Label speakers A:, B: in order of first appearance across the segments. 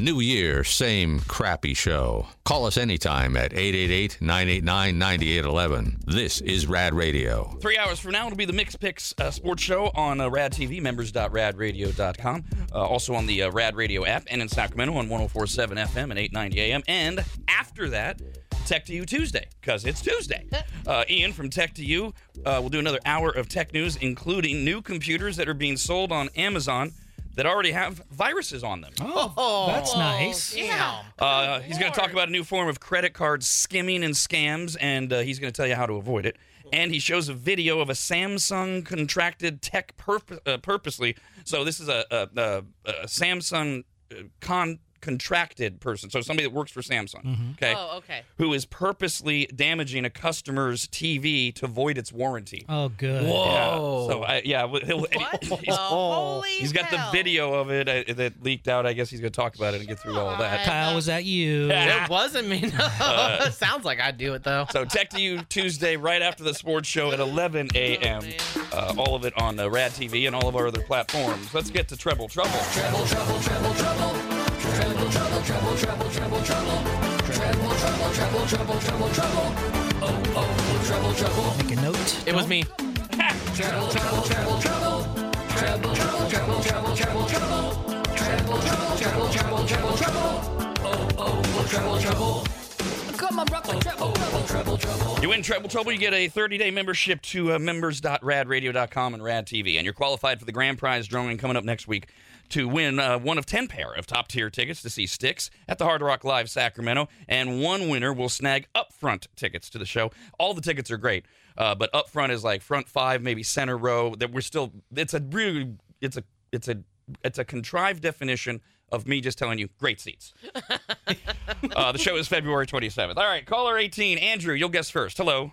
A: New year, same crappy show. Call us anytime at 888 989 9811. This is Rad Radio.
B: Three hours from now, it'll be the Mix Picks uh, Sports Show on uh, Rad TV, members.radradio.com, uh, also on the uh, Rad Radio app, and in Sacramento on 1047 FM and 890 AM. And after that, Tech to You Tuesday, because it's Tuesday. Uh, Ian from Tech to You uh, will do another hour of tech news, including new computers that are being sold on Amazon that already have viruses on them.
C: That's
D: Oh,
C: nice.
E: Yeah.
B: Uh, he's going to talk about a new form of credit card skimming and scams, and uh, he's going to tell you how to avoid it. And he shows a video of a Samsung contracted tech purpo- uh, purposely. So this is a, a, a, a Samsung uh, con contracted person, so somebody that works for Samsung. Okay.
E: Oh, okay.
B: Who is purposely damaging a customer's TV to void its warranty?
C: Oh, good.
B: Yeah. So I, yeah, well, he'll,
E: Oh. What?
B: he's-
E: the holy
B: he's got the
E: hell.
B: video of it uh, that leaked out. I guess he's going to talk about it and get through all that.
C: Kyle, was that you?
E: It wasn't me. No. Sounds like I'd do it though.
B: So Tech to You Tuesday, right after the sports show at 11 a.m. uh, all of it on uh, Rad TV and all of our other platforms. Let's get to Treble Trouble.
C: Make a note.
E: It was me.
B: You win Treble Trouble, you get a 30-day membership to uh, members.radradio.com and Rad TV, and you're qualified for the grand prize drawing coming up next week to win uh, one of 10 pair of top-tier tickets to see Styx at the Hard Rock Live Sacramento, and one winner will snag upfront tickets to the show. All the tickets are great, uh, but upfront is like front five, maybe center row. That we're still, it's a really, it's a, it's a, it's a contrived definition of me just telling you great seats. Uh, the show is February 27th. All right, caller 18, Andrew, you'll guess first. Hello.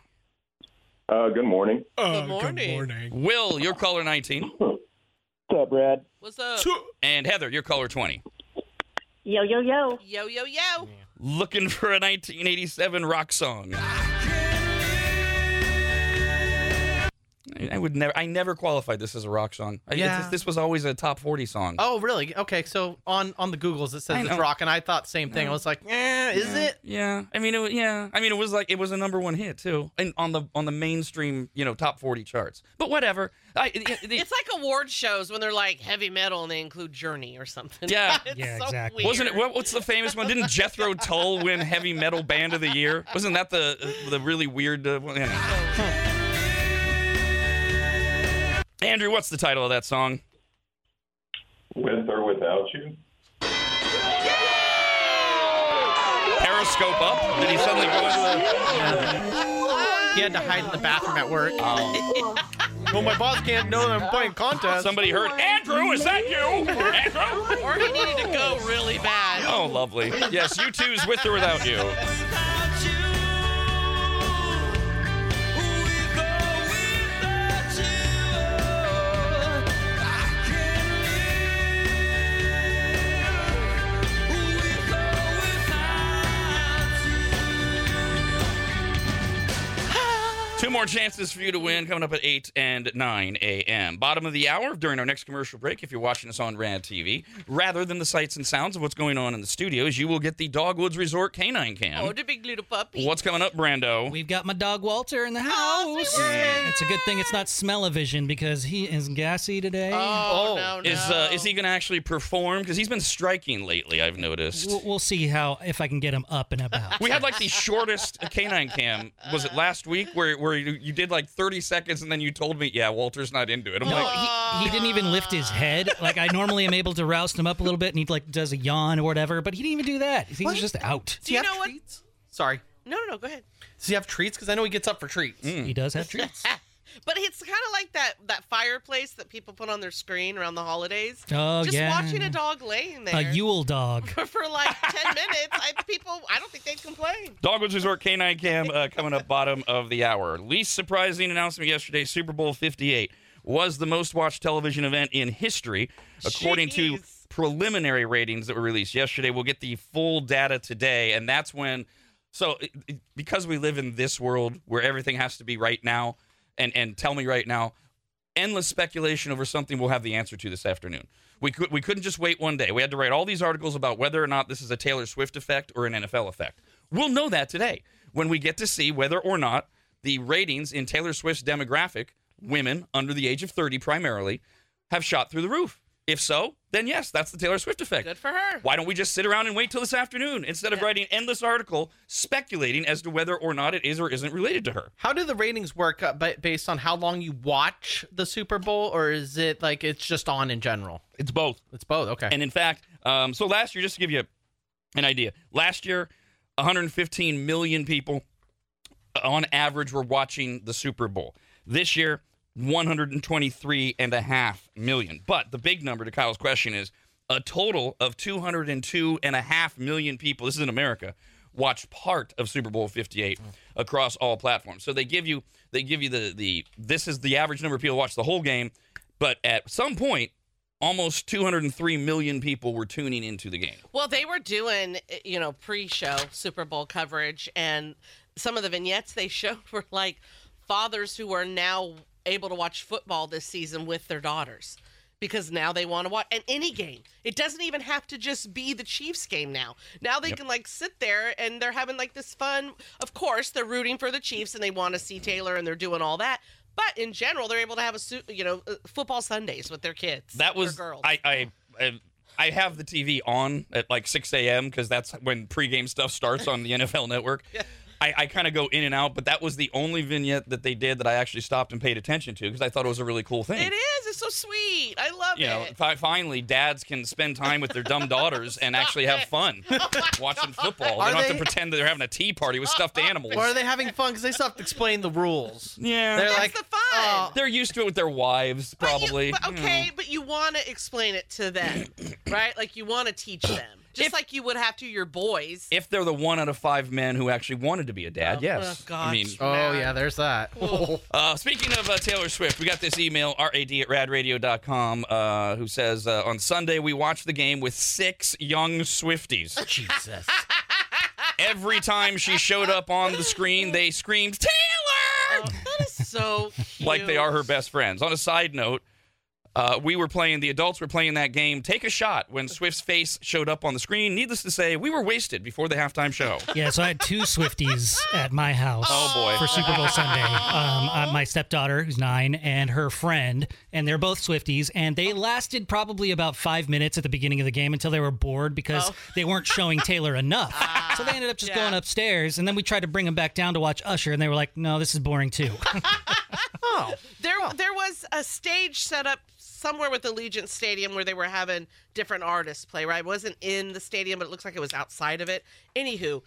F: Uh, good morning.
E: Oh, Good morning.
B: Will, you're caller 19.
F: What's up, Brad?
E: What's up?
B: And Heather, you're caller 20.
G: Yo, yo, yo.
E: Yo, yo, yo.
B: Looking for a 1987 rock song. I- I would never. I never qualified this as a rock song. I-
E: Yeah.
B: this- this was always a top 40 song.
E: Oh, really? Okay. So on on the Googles it
B: I
E: says
B: know.
E: it's rock, and I thought same thing. I was like, eh, is it?
B: Yeah. I mean, it, wa- yeah. I mean, it was like it was a number one hit too, and on the on the mainstream, you know, top 40 charts. But whatever. I, it- it-
D: It's like award shows when they're like heavy metal and they include Journey or something.
B: Yeah.
D: It's
C: Yeah,
D: so
C: exactly.
D: weird.
B: Wasn't it? What, what's the famous one? Didn't Jethro Tull win Heavy Metal Band of the Year? Wasn't that the uh, the really weird uh, one? Anyway. Andrew, what's the title of that song?
F: With or without you?
B: Periscope up? Did he suddenly go into
E: He had to hide in the bathroom at work.
D: Oh.
E: well, my boss can't know that I'm playing
B: the?
E: contest.
B: Somebody heard Andrew. Is that you, Andrew?
D: Or he needed to go really bad.
B: Oh, lovely. Yes, you two's with or without you. Two more chances for you to win coming up at 8 and 9 a.m. Bottom of the hour during our next commercial break. If you're watching us on RAD TV, rather than the sights and sounds of what's going on in the studios, you will get the Dogwoods Resort Canine Cam.
D: Oh, the big little puppy.
B: What's coming up, Brando?
C: We've got my dog Walter in the house.
D: Oh, say what?
C: It's a good thing it's not smell-o-vision because he is gassy today.
D: Oh, no, no.
B: Is uh, is he going to actually perform? Because he's been striking lately. I've noticed.
C: We'll, we'll see how if I can get him up and about.
B: we had like the shortest canine cam. Was it last week where where you, you did like 30 seconds and then you told me, yeah, Walter's not into it. I'm like,
C: he, he didn't even lift his head. Like I normally am able to roust him up a little bit, and he like does a yawn or whatever. But he didn't even do that. He was just out.
E: Do you
D: You know
E: have
D: what?
E: treats? Sorry.
D: No, no, no. Go ahead.
E: Does he have treats? Because I know he gets up for treats.
C: He does have treats.
D: But it's kind of like that that fireplace that people put on their screen around the holidays.
C: Oh,
D: Just
C: yeah.
D: watching a dog laying there
C: A Yule dog.
D: for like ten minutes, I, people, I don't think they'd complain.
B: Dogwoods Resort Canine Cam uh, coming up bottom of the hour. Least surprising announcement yesterday: Super Bowl 58 was the most watched television event in history, according to
D: Jeez.
B: preliminary ratings that were released yesterday. We'll get the full data today, and that's when. So, it- it- because we live in this world where everything has to be right now, and and tell me right now, endless speculation over something we'll have the answer to this afternoon. We could we couldn't just wait one day. We had to write all these articles about whether or not this is a Taylor Swift effect or an NFL effect. We'll know that today when we get to see whether or not the ratings in Taylor Swift's demographic, women under the age of 30 primarily, have shot through the roof. If so, then yes, that's the Taylor Swift effect.
D: Good for her.
B: Why don't we just sit around and wait till this afternoon instead of writing an endless article speculating as to whether or not it is or isn't related to her?
E: How do the ratings work uh, ba- based on how long you watch the Super Bowl, or is it like it's just on in general?
B: It's both.
E: It's both. Okay.
B: And in fact, um, so last year, just to give you an idea, last year, 115 million people uh, on average were watching the Super Bowl. This year, 123 and a half million. But the big number to Kyle's question is a total of 202 and a half million people, this is in America, watched part of Super Bowl 58 across all platforms. So they give you they give you the the this is the average number of people watch the whole game, but at some point almost 203 million people were tuning into the game.
D: Well, they were doing, eh, you know, pre-show Super Bowl coverage, and some of the vignettes they showed were like fathers who are now able to watch football this season with their daughters because now they want to watch and any game. It doesn't even have to just be the Chiefs game now. Now they can like sit there and they're having like this fun. Of course, they're rooting for the Chiefs and they want to see Taylor and they're doing all that. But in general, they're able to have a su- you know uh, football Sundays with their kids.
B: That
D: or
B: was
D: girls.
B: I, I I I have the TV on at like 6 a.m. because that's when pregame stuff starts on the NFL Network. I, I kind of go in and out, but that was the only vignette that they did that I actually stopped and paid attention to because I thought it was a really cool thing.
D: It is. It's so sweet. I love
B: You know,
D: it.
B: fi- finally, dads can spend time with their dumb daughters and actually have fun
D: Oh
B: watching football. They
E: Are
B: don't have to
E: they-
B: pretend that they're having a tea party with stuffed animals.
E: or are they having fun? Because they still have to explain the rules.
B: yeah,
E: They're
B: they're,
D: That's
E: like,
D: the fun.
E: "Oh,
B: used to it with their wives,
D: But you-
B: probably. Hmm.
D: but
B: you know.
D: okay, but you want to explain it to them, right? Like you want to teach them, just
B: If-
D: like you would have to your boys.
B: If they're the one out of five men who actually wanted to be a dad, yes.
D: oh, gosh.
B: I mean,
E: Oh yeah, there's that.
B: Uh, speaking of uh, Taylor Swift, we got this email, rad at radradio.com, uh, who says, uh, On Sunday, we watched the game with six young Swifties.
E: Jesus.
B: Every time she showed up on the screen, they screamed, Taylor!
D: that is so Oh, cute.
B: Like they are her best friends. On a side note, uh, we were playing, the adults were playing that game, Take a Shot, when Swift's face showed up on the screen. Needless to say, we were wasted before the halftime show.
C: Yeah, so I had two Swifties at my house.
B: Oh, boy.
C: For Super Bowl Sunday, um, uh, my stepdaughter who's nine and her friend, and they're both Swifties, and they lasted probably about five minutes at the beginning of the game until they were bored because
D: Oh. Ah,
C: they weren't showing Taylor enough. so they ended up just
D: yeah.
C: going upstairs, and then we tried to bring them back down to watch Usher, and they were like, "No, this is boring too."
D: There,
B: Oh.
D: there was a stage set up somewhere with Allegiant Stadium where they were having different artists play. Right, it wasn't in the stadium, but it looks like it was outside of it. Anywho,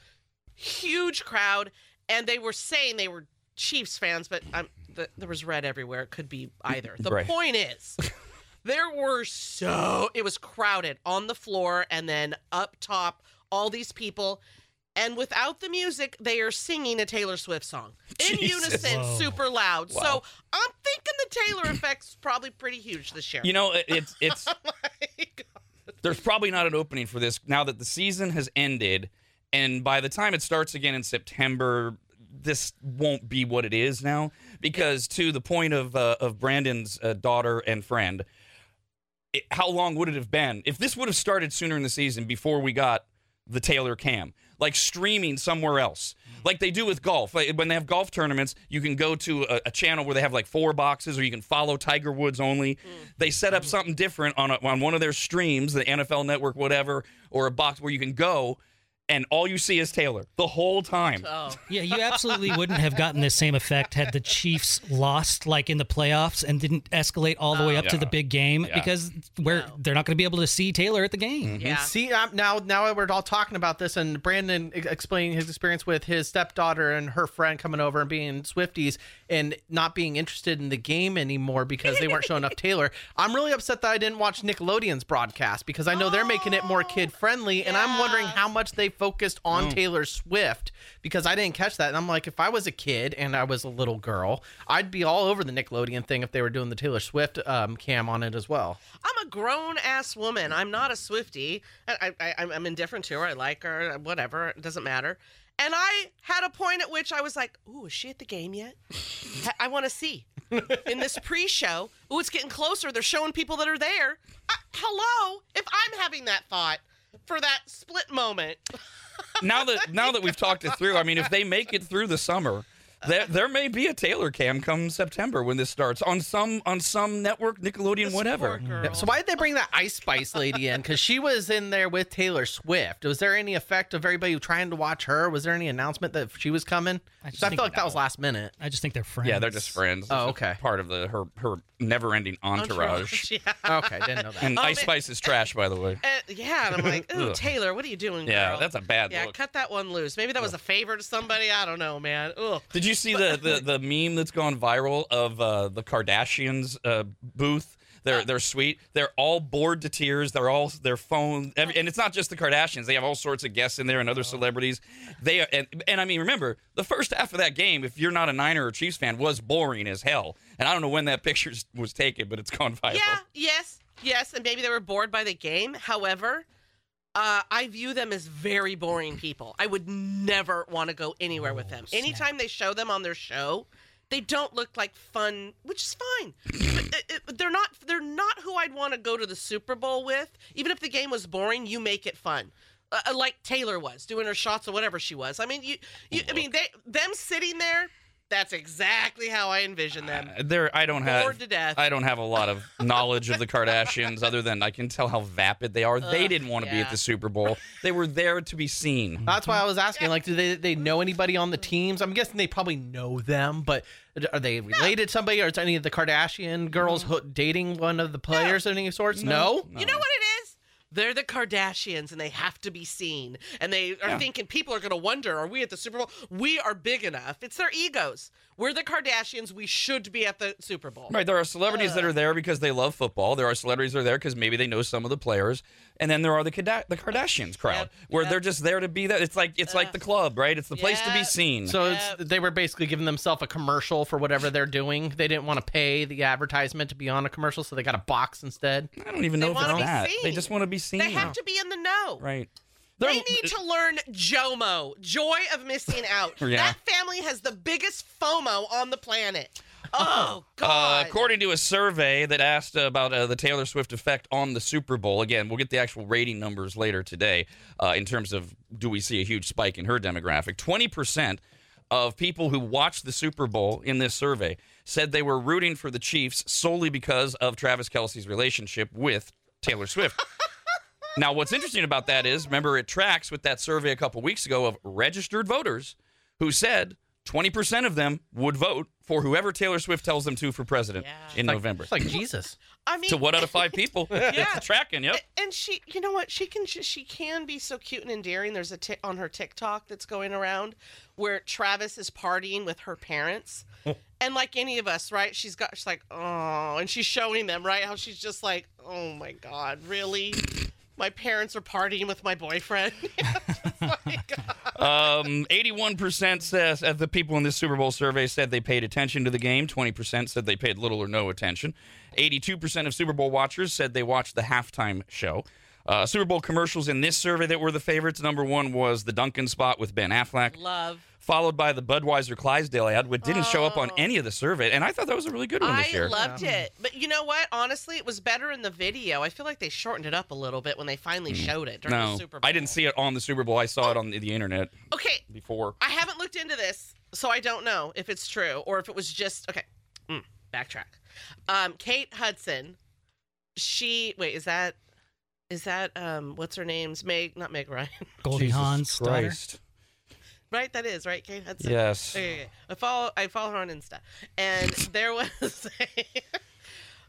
D: huge crowd, and they were saying they were Chiefs fans, but um, the, there was red everywhere. It could be either. The
B: Right.
D: point is. There were so it was crowded on the floor and then up top, all these people. And without the music, they are singing a Taylor Swift song in
B: Jesus.
D: unison,
C: Whoa.
D: super loud.
B: Wow.
D: So I'm thinking the Taylor effect's probably pretty huge this year.
B: You know, it, it's it's there's probably not an opening for this now that the season has ended, and by the time it starts again in September, this won't be what it is now. Because to the point of uh, of Brandon's uh, daughter and friend, it, how long would it have been if this would have started sooner in the season before we got the Taylor Cam, like streaming somewhere else, like they do with golf. Like when they have golf tournaments, you can go to a, a channel where they have like four boxes, or you can follow Tiger Woods only. They set up something different on a, on one of their streams, the NFL Network, whatever, or a box where you can go, and all you see is Taylor the whole time.
D: Oh,
C: yeah, you absolutely wouldn't have gotten the same effect had the Chiefs lost, like in the playoffs, and didn't escalate all the way up to
B: Yeah.
C: the big game
B: Yeah.
C: because where
D: Oh. No.
C: they're not going to be able to see Taylor at the game.
D: yeah.
E: See, i now now we're all talking about this, and Brandon ex- explaining his experience with his stepdaughter and her friend coming over and being Swifties and not being interested in the game anymore because they weren't showing enough Taylor. I'm really upset that I didn't watch Nickelodeon's broadcast because I know they're making it more kid friendly, and I'm wondering how much they focused on Taylor Swift because I didn't catch that. And I'm like, if I was a kid and I was a little girl, I'd be all over the Nickelodeon thing if they were doing the Taylor Swift um, cam on it as well.
D: I'm a grown ass woman. I'm not a Swifty. I, I, I'm- I'm indifferent to her. I like her. Whatever. It doesn't matter. And I had a point at which I was like, "Ooh, is she at the game yet? I, I want to see. in this pre-show. Ooh, it's getting closer. They're showing people that are there. I, hello, if I'm having that thought for that split moment,
B: now that now that we've talked it through, I mean, if they make it through the summer, there, there may be a Taylor cam come September when this starts on some on some network, Nickelodeon, whatever.
D: Poor girl.
E: So why did they bring that Ice Spice lady in? Because she was in there with Taylor Swift. Was there any effect of everybody trying to watch her? Was there any announcement that she was coming?
C: I just
E: So I
C: think
E: feel like
C: no.
E: that was last minute.
C: I just think they're friends.
B: Yeah, they're just friends. It's just
E: Oh, okay.
B: Part of the her her never ending entourage.
D: Yeah.
E: Okay, didn't know that.
B: And
D: Oh,
B: Ice
D: man.
B: Spice is trash, by the way.
D: And- yeah, and I'm like, ooh,
B: Ugh.
D: Taylor, what are you doing,
B: Yeah,
D: girl?
B: that's a bad
D: yeah,
B: look.
D: cut that one loose. Maybe that was a favor to somebody. I don't know, man. Ugh.
B: Did you see the, the, the meme that's gone viral of uh, the Kardashians uh, booth? They're, they're sweet. They're all bored to tears. They're all their phone, every, and it's not just the Kardashians. They have all sorts of guests in there
D: Oh.
B: and other celebrities. They are, and, and I mean, remember the first half of that game. If you're not a Niner or Chiefs fan, was boring as hell. And I don't know when that picture was taken, but it's gone viral.
D: Yeah, yes, yes, and maybe they were bored by the game. However, uh, I view them as very boring people. I would never want to go anywhere with them. Anytime they show them on their show, they don't look like fun, which is fine. But uh, it- it- they're not. They're not who I'd want to go to the Super Bowl with. Even if the game was boring, you make it fun. Uh, uh, like Taylor was doing her shots or whatever she was. I mean, you. you I mean, they them sitting there. That's exactly how I envision them.
B: There, I don't have.
D: Bored to death.
B: I don't have a lot of knowledge of the Kardashians, other than I can tell how vapid they are. they
D: Ugh,
B: didn't want to be at
D: yeah.
B: the Super Bowl. They were there to be seen.
E: That's why I was asking. Like, do they they know anybody on the teams? I'm guessing they probably know them, but are they related to somebody? Or is any of the Kardashian girls ho- dating one of the players of any sorts? No.
D: You know what it is? They're the Kardashians and they have to be seen. And they are thinking people are going to wonder, are we at the Super Bowl? We are big enough. It's their egos. We're the Kardashians. We should be at the Super Bowl.
B: Right, there are celebrities that are there because they love football. There are celebrities that are there because maybe they know some of the players, and then there are the Kada- the Kardashians crowd
D: Yep,
B: where
D: yep.
B: they're just there to be that. It's like it's like the club, right? It's the place to be
D: Yep.
B: seen.
E: So
C: uh,
E: it's, they were basically giving themselves a commercial for whatever they're doing. They didn't want to pay the advertisement to be on a commercial, so they got a box instead.
B: I don't even know
D: They
B: if
D: wanna
B: it's
D: be
B: that. They
D: seen.
B: just want to be seen.
D: They have to be in the know.
B: right.
D: They
B: They're-
D: need to learn JOMO, joy of missing out.
B: Yeah.
D: That family has the biggest FOMO on the planet. Oh,
B: Uh,
D: God.
B: according to a survey that asked about uh, the Taylor Swift effect on the Super Bowl, again, we'll get the actual rating numbers later today uh, in terms of do we see a huge spike in her demographic. 20% of people who watched the Super Bowl in this survey said they were rooting for the Chiefs solely because of Travis Kelsey's relationship with Taylor Swift. Now, what's interesting about that is, remember, it tracks with that survey a couple weeks ago of registered voters who said 20% of them would vote for whoever Taylor Swift tells them to for president
D: Yeah.
B: in
E: Like-
B: November.
E: It's like Jesus.
D: I mean,
B: to one out of five people. It's tracking, yep.
D: A- And she, you know what? She can she, she can be so cute and endearing. There's a ti on her TikTok that's going around where Travis is partying with her parents.
B: Oh.
D: and like any of us, right? She's got she's like, "Oh," and she's showing them, right? How she's just like, "Oh my god, really?" My parents are partying with my boyfriend. Just like,
B: Um, 81% says of the people in this Super Bowl survey said they paid attention to the game. 20% said they paid little or no attention. 82% of Super Bowl watchers said they watched the halftime show. Uh, Super Bowl commercials in this survey that were the favorites. Number one was the Duncan spot with Ben Affleck,
D: Love.
B: followed by the Budweiser Clydesdale ad, which didn't show up on any of the survey. And I thought that was a really good one
D: Oh. I
B: this year.
D: loved it. But you know what? Honestly, it was better in the video. I feel like they shortened it up a little bit when they finally showed it during
B: Hmm. no,
D: the Super Bowl. Oh.
B: I didn't see it on the Super Bowl. I saw it on the, the internet
D: Okay,
B: before.
D: I haven't looked into this, so I don't know if it's true or if it was just okay. Mm, backtrack. Um, Kate Hudson. She wait is that is that um what's her name's Meg not Meg Ryan
C: Goldie
B: Jesus
C: Hawn's daughter.
B: Christ.
D: right that is right Kate Hudson
B: Yes.
D: Okay, okay, okay. I follow I follow her on Insta and there was a-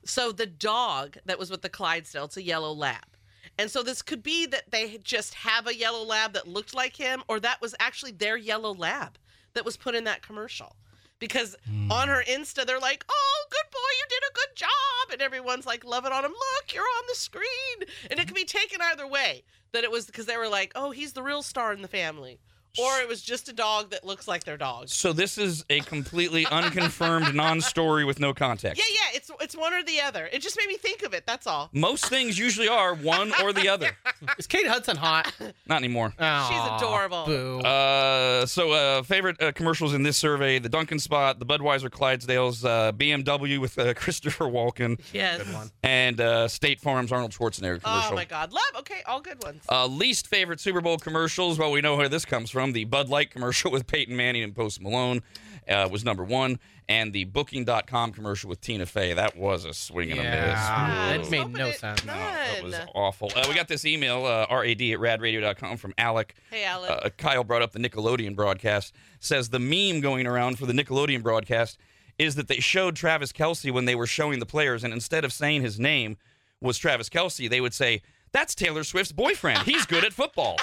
D: so the dog that was with the Clydesdale it's a yellow lab and so this could be that they had just have a yellow lab that looked like him, or that was actually their yellow lab that was put in that commercial. Because on
E: Hmm.
D: her Insta, they're like, oh, good boy, you did a good job. And everyone's like, loving on him. Look, you're on the screen. And it could be taken either way that it was because they were like, oh, he's the real star in the family. or it was just a dog that looks like their dog.
B: So this is a completely unconfirmed non-story with no context.
D: Yeah, yeah, it's it's one or the other. It just made me think of it. That's all.
B: Most things usually are one or the other.
E: Is Kate Hudson hot?
B: Not anymore.
D: Oh.
E: Aw,
D: adorable.
E: Boo.
B: Uh, so uh, favorite uh, commercials in this survey: the Duncan spot, the Budweiser Clydesdales, uh, BMW with uh, Christopher Walken,
D: Yes.
B: and uh, State Farm's Arnold Schwarzenegger
D: Oh
B: commercial.
D: my God, love. Okay, all good ones.
B: Uh, least favorite Super Bowl commercials. Well, we know where this comes from. The Bud Light commercial with Peyton Manning and Post Malone uh, was number one, and the Booking.com commercial with Tina Fey. That was a swing and a miss.
E: Yeah.
D: I
E: That
D: was
E: made
D: hoping
E: no
D: it-
E: sense.
D: no.
B: Oh, that was
D: None.
B: awful. Uh, we got this email, uh, rad at radradio.com, from Alec.
D: Hey, Alec.
B: Uh, Kyle brought up the Nickelodeon broadcast. Says the meme going around for the Nickelodeon broadcast is that they showed Travis Kelsey when they were showing the players, and instead of saying his name was Travis Kelsey, they would say, That's Taylor Swift's boyfriend. He's good at football.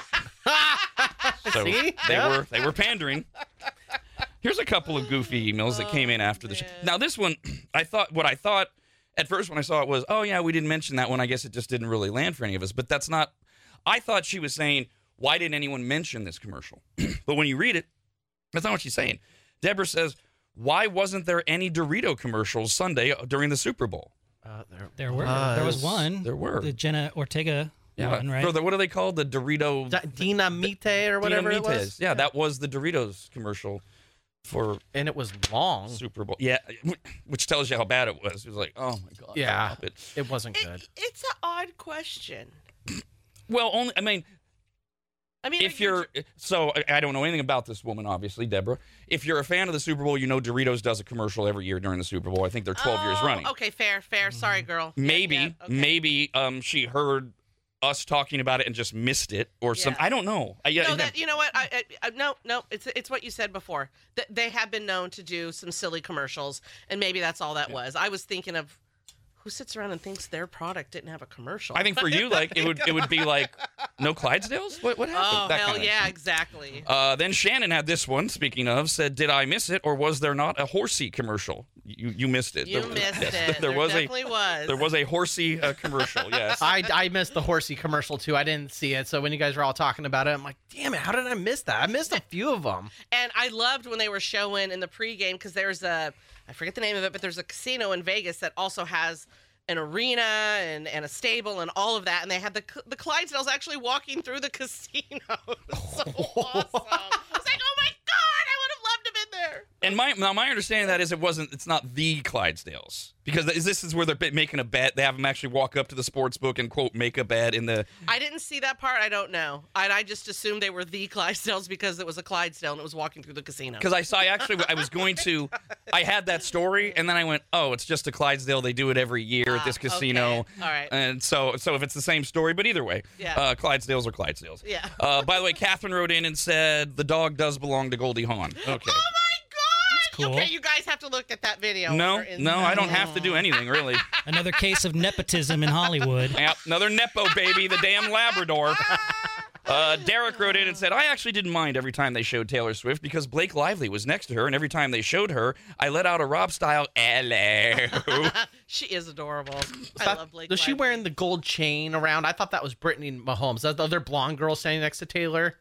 B: so
E: See?
B: they
E: Yeah.
B: were they were pandering. Here's a couple of goofy emails that
E: Oh,
B: came in after the show. Now this one, I thought what I thought at first when I saw it was, oh yeah, we didn't mention that one. I guess it just didn't really land for any of us. But that's not. I thought she was saying, why didn't anyone mention this commercial? but when you read it, that's not what she's saying. Deborah says, why wasn't there any Dorito commercials Sunday during the Super Bowl?
E: Uh, there-
C: There were there was one.
B: there were.
C: the Jenna Ortega one, right?
B: Or the- what are they called? The Dorito
E: Di- Dinamite or whatever it
B: Dinamitas.
E: was.
B: Yeah, that was the Doritos commercial for
E: And it was long.
B: Super Bowl. Yeah, which tells you how bad it was. It was like, oh my god.
E: Yeah.
B: stop it.
E: It wasn't
D: It-
E: good.
D: it's an odd question.
B: Well, only I mean,
D: I mean,
B: if
D: are you
B: you're so I- I don't know anything about this woman, obviously, Deborah. If you're a fan of the Super Bowl, you know Doritos does a commercial every year during the Super Bowl. I think they're 12 years
D: Oh,
B: running.
D: Okay, fair, fair. Sorry, girl. Yeah,
B: Maybe,
D: yeah, okay.
B: maybe um, she heard us talking about it and just missed it, or some.
D: Yeah.
B: I don't know. I,
D: No,
B: I-
D: that you know what? I, I, I, no, no. It's it's what you said before. Th- they have been known to do some silly commercials, and maybe that's all that was. I was thinking of who sits around and thinks their product didn't have a commercial.
B: I think for you, like it would, it would be like no Clydesdales. What, what happened?
D: Oh
B: That
D: hell
B: kinda
D: yeah,
B: thing.
D: exactly.
B: Uh, then Shannon had this one. Speaking of, said, "Did I miss it, or was there not a horsey commercial? You you missed it.
D: you
B: There-
D: missed
B: yes,
D: it.
B: There, was a
D: definitely was.
B: there was a horsey uh, commercial. Yes.
E: I, I missed the horsey commercial too. I didn't see it. So when you guys were all talking about it, I'm like, damn it, how did I miss that? I missed a few of them.
D: And I loved when they were showing in the pregame because there's a I forget the name of it, but there's a casino in Vegas that also has an arena and, and a stable and all of that, and they had the the Clydesdales actually walking through the casino. It was so awesome! I was like, oh my god, I would have loved to been there.
B: and my now my understanding of that is it wasn't. It's not the Clydesdales because th- this is where they're bit- making a bet. They have them actually walk up to the sports book and quote make a bet in the.
D: I didn't see that part. I don't know. I, I just assumed they were the Clydesdales because it was a Clydesdale and it was walking through the casino.
B: Because I saw I actually I was going to, I had that story and then I went, oh, it's just a Clydesdale. They do it every year at this
D: Ah, okay.
B: casino.
D: All right.
B: And so so if it's the same story, but either way,
D: Yeah.
B: uh, Clydesdales are Clydesdales.
D: Yeah.
B: Uh, by the way, Catherine wrote in and said the dog does belong to Goldie Hawn. Okay.
D: Oh my god!
C: cool.
D: Okay, you guys have to look at that video.
B: No,
D: for instance.
B: no, I don't have to do anything really.
C: Another case of nepotism in Hollywood.
B: Yep, another nepo baby, the damn Labrador. Uh, Derek wrote in and said, I actually didn't mind every time they showed Taylor Swift because Blake Lively was next to her, and every time they showed her, I let out a Rob style, hello.
D: She is adorable. I
E: That-
D: love Blake.
E: Was she
D: Lively.
E: wearing the gold chain around? I thought that was Brittany Mahomes. That the other blonde girl standing next to Taylor.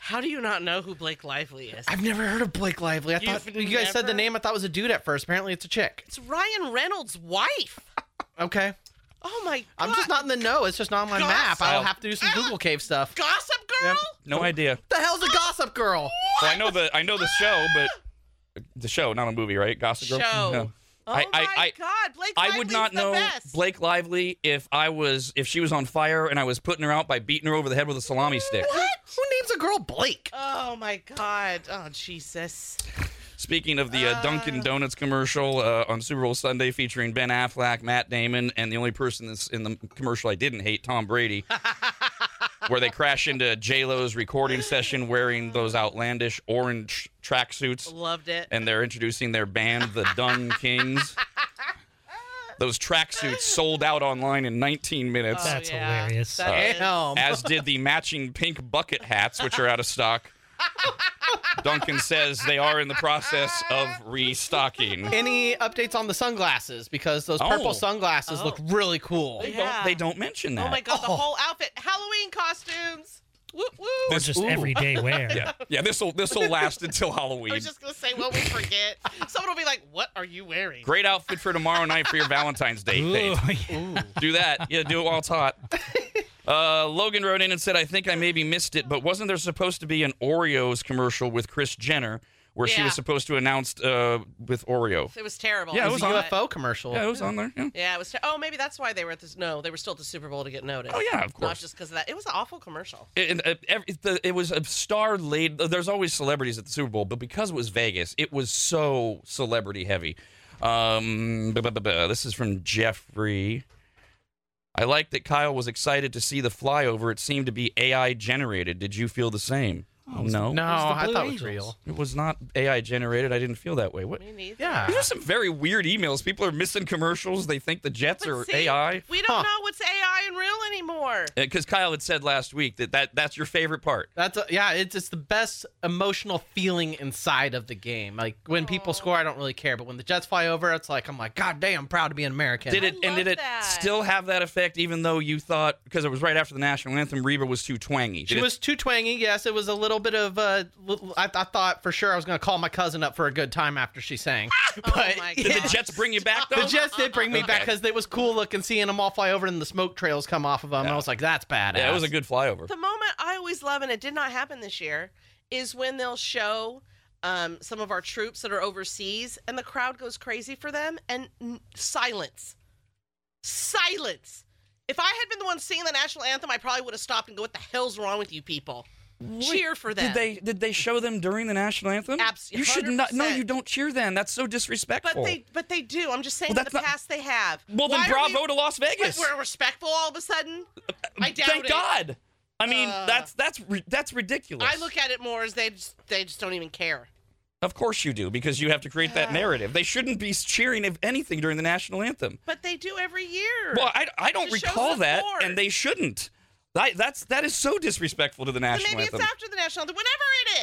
D: How do you not know who Blake Lively is?
E: I've never heard of Blake Lively. I thought
D: You've
E: you guys said the
D: never-
E: name. I thought it was a dude at first. Apparently, it's a chick.
D: It's Ryan Reynolds' wife.
E: Okay,
D: Oh my god.
E: I'm just not in the know. It's just not on Ah! my map. I'll
B: Gossip.
E: have to do some Google Cave stuff. What
D: Gossip Girl?
B: No idea.
E: the hell's a Gossip Girl?
B: Well, I know the I know the show, but the show, not a movie, right? Gossip Girl.
D: Show.
B: No.
D: Oh
B: I,
D: my
B: I, I,
D: god, Blake
B: I
D: Lively's
B: would not
D: the
B: know
D: best.
B: Blake Lively if I was if she was on fire and I was putting her out by beating her over the head with a salami stick.
E: Who names a girl Blake?
D: Oh my god. Oh Jesus.
B: Speaking of the uh,
D: Oh.
B: Dunkin' Donuts commercial uh, on Super Bowl Sunday featuring Ben Affleck, Matt Damon, and the only person that's in the commercial I didn't hate, Tom Brady, where they crash into J Lo's recording session wearing those outlandish orange tracksuits.
D: Loved it.
B: and they're introducing their band, the Dung Kings. Those tracksuits sold out online in 19 minutes,
D: Oh,
C: That's
D: yeah.
C: hilarious.
D: That is-
E: Damn.
B: as did the matching pink bucket hats, which are out of stock. Duncan says they are in the process of restocking.
E: Any updates on the sunglasses? Because those purple
B: Oh.
E: sunglasses look really cool.
B: They don't mention that.
E: Oh.
D: Oh my god, the whole outfit. Halloween costumes. Whoop, whoop.
C: or
B: This-
C: just
B: ooh.
C: everyday wear.
B: Yeah, yeah. This will this will last until
D: I
B: Halloween.
D: was just gonna say what we forget. Someone will be like, "What are you wearing?"
B: Great outfit for tomorrow night for your Valentine's Day
C: Ooh,
B: date.
C: yeah.
B: Do that. Yeah, do it while it's hot. Uh, Logan wrote in and said, I think I maybe missed it, but wasn't there supposed to be an Oreos commercial with Chris Jenner where she
D: Yeah.
B: was supposed to announce uh, with Oreo?
D: It was terrible.
B: Yeah, it
E: It was a
B: on-
E: UFO commercial.
B: Yeah, it was on there. Yeah.
D: Yeah, it was. Ter- oh, maybe that's why they were at this. No, they were still at the Super Bowl to get noticed.
B: Oh, yeah, of
D: Not
B: course.
D: just because of that. It was an awful commercial.
B: It, and, uh, every, the, it was a star laid. uh, There's always celebrities at the Super Bowl, but because it was Vegas, it was so celebrity heavy. Um, buh, buh, buh, buh. this is from Jeffrey. I like that Kyle was excited to see the flyover. It seemed to be AI generated. Did you feel the same? Oh, no.
E: No,
C: was the
E: I
C: Blue
E: thought it was
C: Angels.
E: real.
B: It was not AI generated. I didn't feel that way. What?
D: Me neither.
E: Yeah.
B: These are some very weird emails. People are missing commercials. They think the Jets
D: But
B: are
D: see,
B: AI.
D: We don't
E: Huh.
D: know what's AI and real anymore.
B: Because Kyle had said last week that, that that's your favorite part.
E: That's a, yeah. It's it's the best emotional feeling inside of the game. Like when people score, I don't really care, but when the Jets fly over, it's like I'm like, God damn, proud to be an American.
B: Did it and
D: love
B: did it
D: that.
B: still have that effect? Even though you thought because it was right after the national anthem, Reba was too twangy. Did
E: She
B: it-
E: was too twangy. Yes, it was a little bit of. Uh, little- I, I thought for sure I was gonna call my cousin up for a good time after she sang.
D: Oh
E: But
D: my
E: yeah,
B: Did
D: God.
B: the Jets bring you back though?
E: the Jets did bring me back
B: Okay.
E: because it was cool looking seeing them all fly over and the smoke trails come off of them. And I was like, that's badass.
B: Yeah, it was a good flyover.
D: The moment I always love, and it did not happen this year, is when they'll show um, some of our troops that are overseas, and the crowd goes crazy for them, and n- silence, silence. If I had been the one singing the national anthem, I probably would have stopped and go, "What the hell's wrong with you people? Cheer for them."
B: Did they did they show them during the national anthem?
D: Abs-
B: You should not. No,
D: 100%.
B: you don't cheer then. That's so disrespectful.
D: But they, but they do. I'm just saying,
B: Oh. Well, that's
D: that the
B: not-
D: past they have.
B: well, then
D: Why are
B: bravo
D: we-
B: to Las
D: But
B: Vegas.
D: we're respectful all of a sudden. I doubt
B: Thank
D: it.
B: God. I mean,
D: Uh.
B: that's that's ri- that's ridiculous.
D: I look at it more as they just, they just don't even care.
B: of course you do, because you have to create
D: Uh.
B: that narrative. They shouldn't be cheering if anything during the national anthem.
D: But they do every year.
B: Well, I, I don't
D: Just shows
B: recall that,
D: support.
B: and they shouldn't. I, that's that is so disrespectful to the
D: Then
B: national
D: maybe
B: anthem.
D: it's after the national anthem. Whenever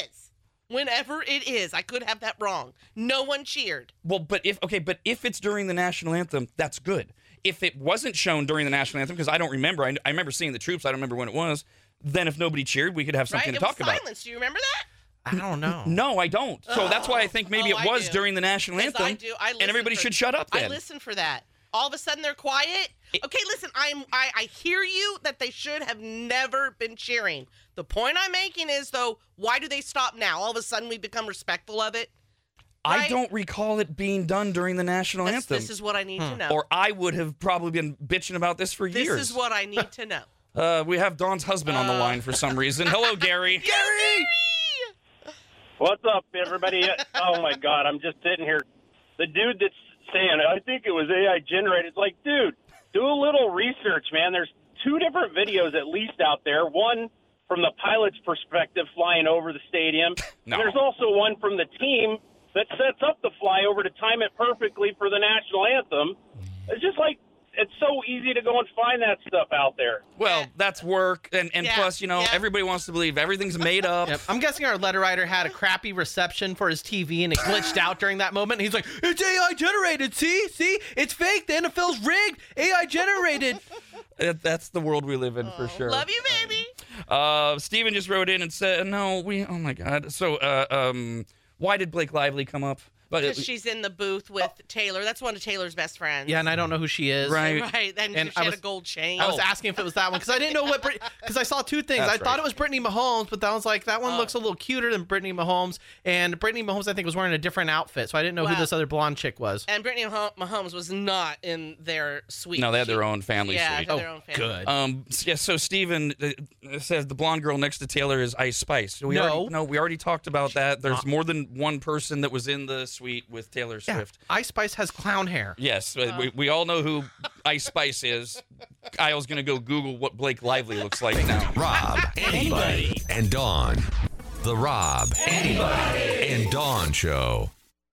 D: it is. Whenever it is. I could have that wrong. No one cheered.
B: well, but if okay, but if it's during the national anthem, that's good. If it wasn't shown during the national anthem, because I don't remember, I, I remember seeing the troops, I don't remember when it was. Then if nobody cheered, we could have something
D: right?
B: to
D: It
B: talk
D: was
B: about.
D: silence. Do you remember that?
E: I don't know.
B: No, I don't. So that's why I think maybe
D: Oh,
B: it
D: I
B: was
D: do.
B: during the national
D: 'Cause
B: anthem,
D: I do. I
B: and
D: listen
B: everybody
D: for-
B: should shut up. Then
D: I listen for that. All of a sudden they're quiet. Okay, listen, I'm I, I hear you that they should have never been cheering. The point I'm making is though, why do they stop now? All of a sudden we become respectful of it.
B: I
D: right?
B: don't recall it being done during the national
D: That's-
B: anthem, Hmm.
D: This is what I need to know.
B: or I would have probably been bitching about this for
D: this
B: years.
D: is what Uh. I need to know.
B: Uh, we have Dawn's husband on the line for some reason. Hello, Gary. Gary.
H: What's up, everybody? oh my God, I'm just sitting here. The dude that's saying, I think it was AI generated. It's like, dude, do a little research, man. There's two different videos at least out there. One from the pilot's perspective, flying over the stadium.
B: No.
H: And there's also one from the team that sets up the flyover to time it perfectly for the national anthem. It's just like it's so easy to go and find that stuff out there.
B: Well, that's work, and and
D: Yeah,
B: plus, you know,
D: yeah.
B: everybody wants to believe everything's made up.
E: Yep. I'm guessing our letter writer had a crappy reception for his TV and it glitched out during that moment. He's like, "It's AI generated. See, see, it's fake. The NFL's rigged. AI generated."
B: That- That's the world we live in for sure.
D: Oh, Love you, baby.
B: Uh, Steven just wrote in and said, "No, we. Oh my God. So, uh, um, why did Blake Lively come up? But
D: Because she's in the booth with Taylor. That's one of Taylor's best friends.
E: yeah, and I don't know who she is.
B: Right.
D: Right. And,
E: And
D: she
E: I
D: had
E: was-
D: a gold chain.
E: I
D: Oh.
E: was asking if it was that one because I didn't know what because I saw two things.
B: That's
E: I
B: right.
E: thought it was Brittany Mahomes, but that was like that one looks a little cuter than Brittany Mahomes. And Brittany Mahomes, I think, was wearing a different outfit, so I didn't know who
D: Wow.
E: this other blonde chick was.
D: and Brittany Mah- Mahomes was not in their suite.
B: no, they had
D: She-
B: their own family
D: yeah,
B: suite.
D: they had their own family.
E: Oh, Good.
B: Um. s- Yeah. So Steven uh, says the blonde girl next to Taylor is Ice Spice. We
E: No. uh,
B: Already, no. We already talked about that. There's more than one person that was in the suite with Taylor
E: yeah.
B: Swift.
E: Ice Spice has clown hair.
B: Yes, uh, we, we all know who Ice Spice is. Kyle's gonna go Google what Blake Lively looks like now.
A: Rob, anybody, and Dawn. The Rob, anybody, and Dawn Show.